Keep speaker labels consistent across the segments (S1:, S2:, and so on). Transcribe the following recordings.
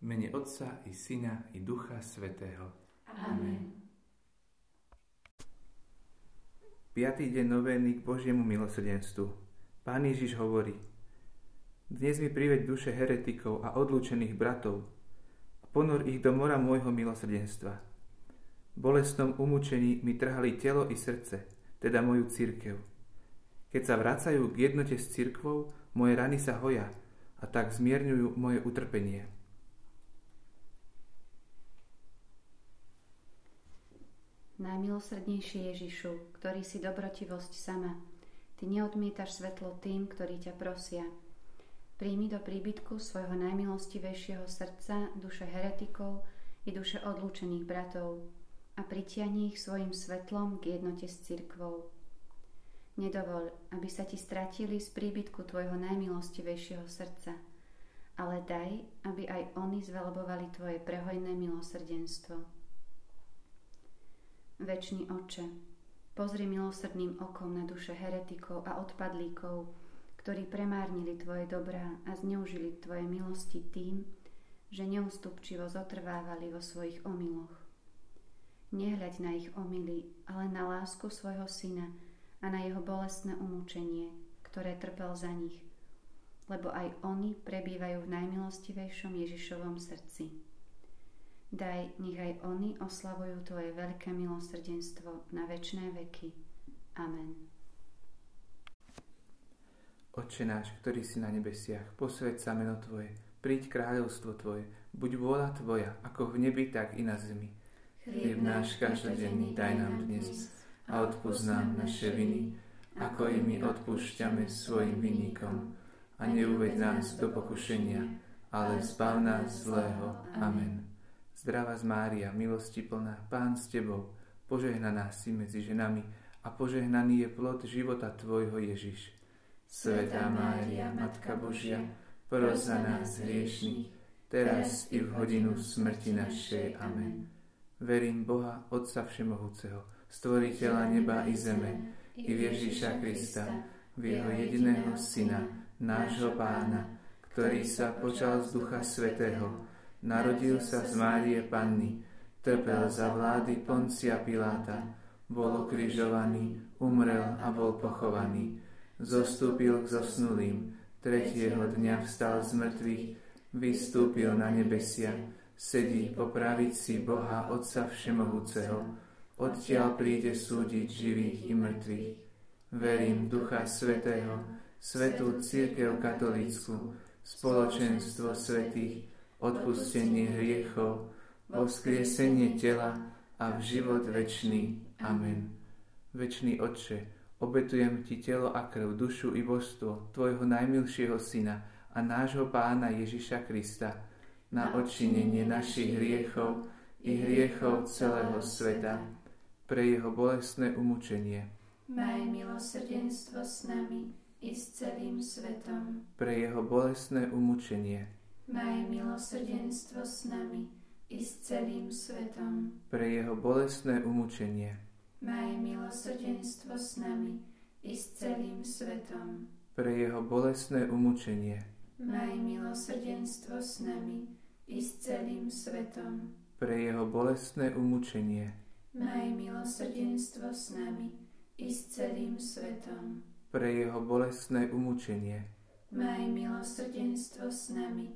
S1: mene Otca i Syna i Ducha Svetého.
S2: Amen.
S1: Piatý deň novény k Božiemu milosrdenstvu. Pán Ježiš hovorí, dnes mi priveď duše heretikov a odlúčených bratov a ponor ich do mora môjho milosrdenstva. V bolestnom umúčení mi trhali telo i srdce, teda moju církev. Keď sa vracajú k jednote s církvou, moje rany sa hoja a tak zmierňujú moje utrpenie.
S2: Najmilosrdnejší Ježišu, ktorý si dobrotivosť sama, Ty neodmietaš svetlo tým, ktorí ťa prosia. Príjmi do príbytku svojho najmilostivejšieho srdca duše heretikov i duše odlúčených bratov a pritiahni ich svojim svetlom k jednote s cirkvou. Nedovol, aby sa ti stratili z príbytku tvojho najmilostivejšieho srdca, ale daj, aby aj oni zvelebovali tvoje prehojné milosrdenstvo. Večný oče, pozri milosrdným okom na duše heretikov a odpadlíkov, ktorí premárnili Tvoje dobrá a zneužili Tvoje milosti tým, že neústupčivo zotrvávali vo svojich omyloch. Nehľaď na ich omily, ale na lásku svojho syna a na jeho bolestné umúčenie, ktoré trpel za nich, lebo aj oni prebývajú v najmilostivejšom Ježišovom srdci. Daj, nech aj oni oslavujú Tvoje veľké milosrdenstvo na večné veky. Amen.
S1: Oče náš, ktorý si na nebesiach, posved sa meno Tvoje, príď kráľovstvo Tvoje, buď vôľa Tvoja, ako v nebi, tak i na zemi.
S3: Chlieb náš každodenný daj nám dnes a odpúsť nám naše viny, ako i my odpúšťame svojim vinníkom. A neuved nás do pokušenia, ale zbav nás zlého. Amen.
S1: Zdravá z Mária, milosti plná, Pán s Tebou, požehnaná si medzi ženami a požehnaný je plod života Tvojho Ježiš.
S3: Svetá Mária, Matka Božia, pros za nás hriešných,
S1: teraz i v hodinu smrti našej. Amen. Verím Boha, Otca Všemohúceho, Stvoriteľa neba i zeme, i v Ježiša Krista, v Jeho jediného Syna, nášho Pána, ktorý sa počal z Ducha Svetého, Narodil sa z Márie Panny, trpel za vlády Poncia Piláta, bol ukrižovaný, umrel a bol pochovaný. Zostúpil k zosnulým, tretieho dňa vstal z mŕtvych, vystúpil na nebesia, sedí po pravici Boha Otca Všemohúceho, odtiaľ príde súdiť živých i mŕtvych. Verím Ducha Svetého, Svetú Církev Katolícku, spoločenstvo svetých, odpustenie hriechov, vo vzkriesenie tela a v život večný. Amen. Večný Otče, obetujem Ti telo a krv, dušu i božstvo Tvojho najmilšieho Syna a nášho Pána Ježiša Krista na odčinenie našich hriechov i hriechov celého sveta, pre Jeho bolestné umúčenie,
S3: Maj milosrdenstvo s nami i s celým svetom.
S1: pre Jeho bolestné umúčenie,
S3: Maj milosrdenstvo s nami i s celým svetom.
S1: pre Jeho bolestné umúčenie,
S3: Maj milosrdenstvo s nami i s celým svetom.
S1: pre Jeho bolestné umúčenie,
S3: Maj milosrdenstvo s nami i s celým svetom.
S1: pre Jeho bolestné umúčenie,
S3: Maj milosrdenstvo s nami i s celým svetom.
S1: pre Jeho bolestné umúčenie,
S3: Maj milosrdenstvo s nami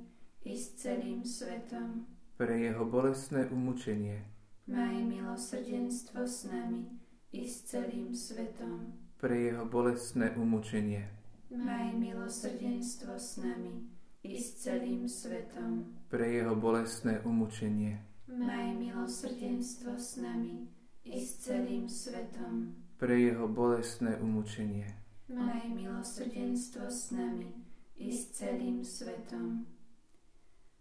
S3: i s celým svetom.
S1: pre jeho bolestné umúčenie,
S3: Maj milosrdenstvo s nami i s celým svetom.
S1: pre jeho bolestné umúčenie,
S3: Maj milosrdenstvo s nami i s celým svetom.
S1: pre jeho bolestné umúčenie,
S3: Maj milosrdenstvo s nami i s celým svetom.
S1: pre jeho bolestné umúčenie,
S3: Maj milosrdenstvo s nami i s celým svetom.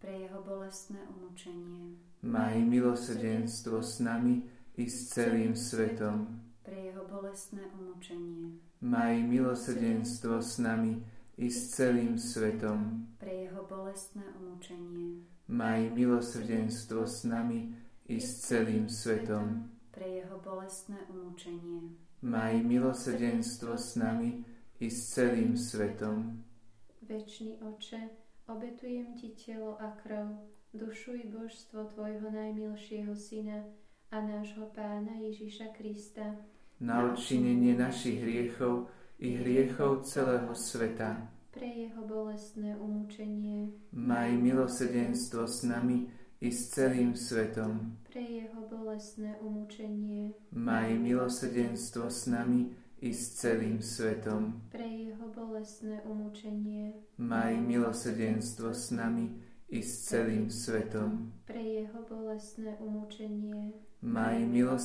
S2: pre jeho bolestné umúčenie,
S1: Maj milosrdenstvo s nami i s celým svetom.
S2: pre jeho bolestné umúčenie,
S1: Maj milosrdenstvo s nami i s celým svetom.
S2: pre jeho bolestné umúčenie,
S1: Maj milosrdenstvo s nami i s celým svetom.
S2: pre jeho bolestné umúčenie,
S1: Maj milosrdenstvo s nami i s celým svetom.
S3: Večný oče, obetujem ti telo a krv, dušu i božstvo tvojho najmilšieho syna a nášho pána Ježiša Krista,
S1: Na odčinenie našich hriechov i hriechov celého sveta.
S3: pre jeho bolestné umúčenie,
S1: Maj milosrdenstvo s nami i s celým svetom.
S3: pre jeho bolestné umúčenie,
S1: Maj milosrdenstvo s nami i s celým svetom.
S3: pre jeho bolestné umúčenie,
S1: Maj milosrdenstvo s nami i s celým svetom.
S3: pre jeho bolestné umúčenie,
S1: Maj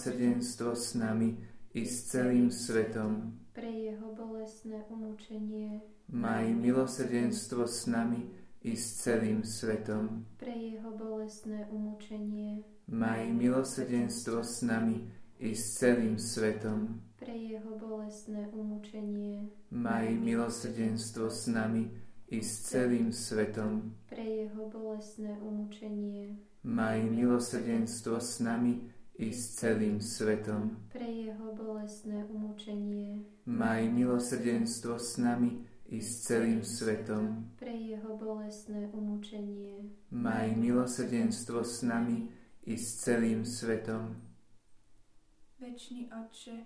S1: milosrdenstvo s nami i s celým svetom.
S3: pre jeho bolestné umúčenie,
S1: Maj milosrdenstvo s nami i s celým svetom.
S3: pre jeho bolestné umúčenie,
S1: Maj milosrdenstvo s nami i s celým svetom.
S3: pre jeho bolestné umúčenie,
S1: Maj milosrdenstvo s nami i s celým svetom.
S3: pre jeho bolestné umúčenie,
S1: Maj milosrdenstvo s nami i s celým svetom.
S3: pre jeho bolestné umúčenie,
S1: Maj milosrdenstvo s nami i s celým svetom.
S3: pre jeho bolestné umúčenie,
S1: Maj milosrdenstvo s nami i s celým svetom.
S4: Večný Otče,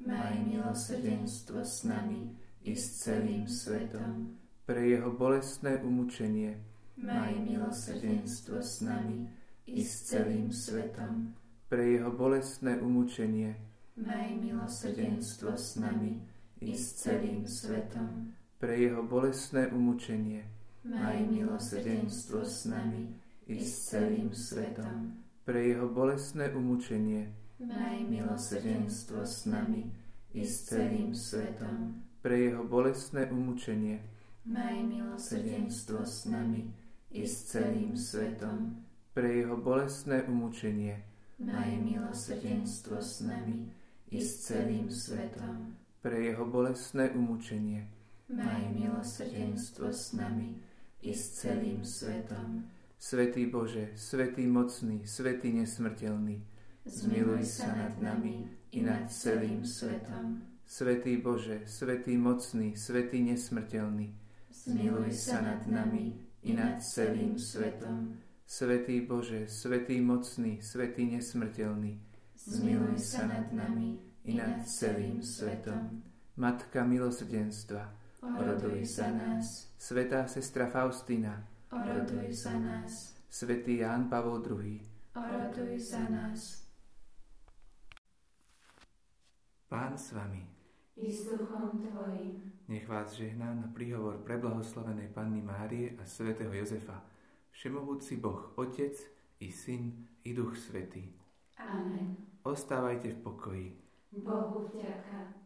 S4: Maj milosrdenstvo s nami i s celým svetom.
S1: pre Jeho bolestné umúčenie,
S4: Maj milosrdenstvo s nami i s celým svetom.
S1: pre Jeho bolestné umúčenie,
S4: Maj milosrdenstvo s nami i s celým svetom.
S1: pre Jeho bolestné umúčenie,
S4: Maj milosrdenstvo s nami i s celým svetom.
S1: pre Jeho bolestné umúčenie,
S4: Maj milosrdenstvo s nami i s celým svetom.
S1: pre Jeho bolestné umúčenie,
S4: Maj milosrdenstvo s nami i s celým svetom.
S1: pre Jeho bolestné umúčenie,
S4: Maj milosrdenstvo s nami i s celým svetom.
S1: pre jeho bolestné umúčenie.
S4: Maj milosrdenstvo s nami i s celým svetom.
S1: Svetý Bože, Svetý mocný, Svetý nesmrteľný,
S4: Zmiluj sa nad nami i nad celým svetom.
S1: Svetý Bože, Svetý mocný, Svetý nesmrteľný,
S4: Zmiluj sa nad nami i nad celým svetom.
S1: Svetý Bože, Svetý mocný, Svetý nesmrteľný,
S4: Zmiluj sa nad nami i nad celým svetom.
S1: Matka milosrdenstva,
S4: oroduj za nás.
S1: Svetá sestra Faustina,
S4: oroduj za nás.
S1: Svetý Ján Pavol II,
S4: oroduj za nás.
S1: Pán s vami.
S4: I s duchom tvojim.
S1: Nech vás žehná na príhovor preblahoslavenej Panny Márie a svätého Jozefa, Všemohúci Boh, Otec i Syn i Duch Svetý.
S4: Amen.
S1: Ostávajte v pokoji.
S4: Bohu vďaka.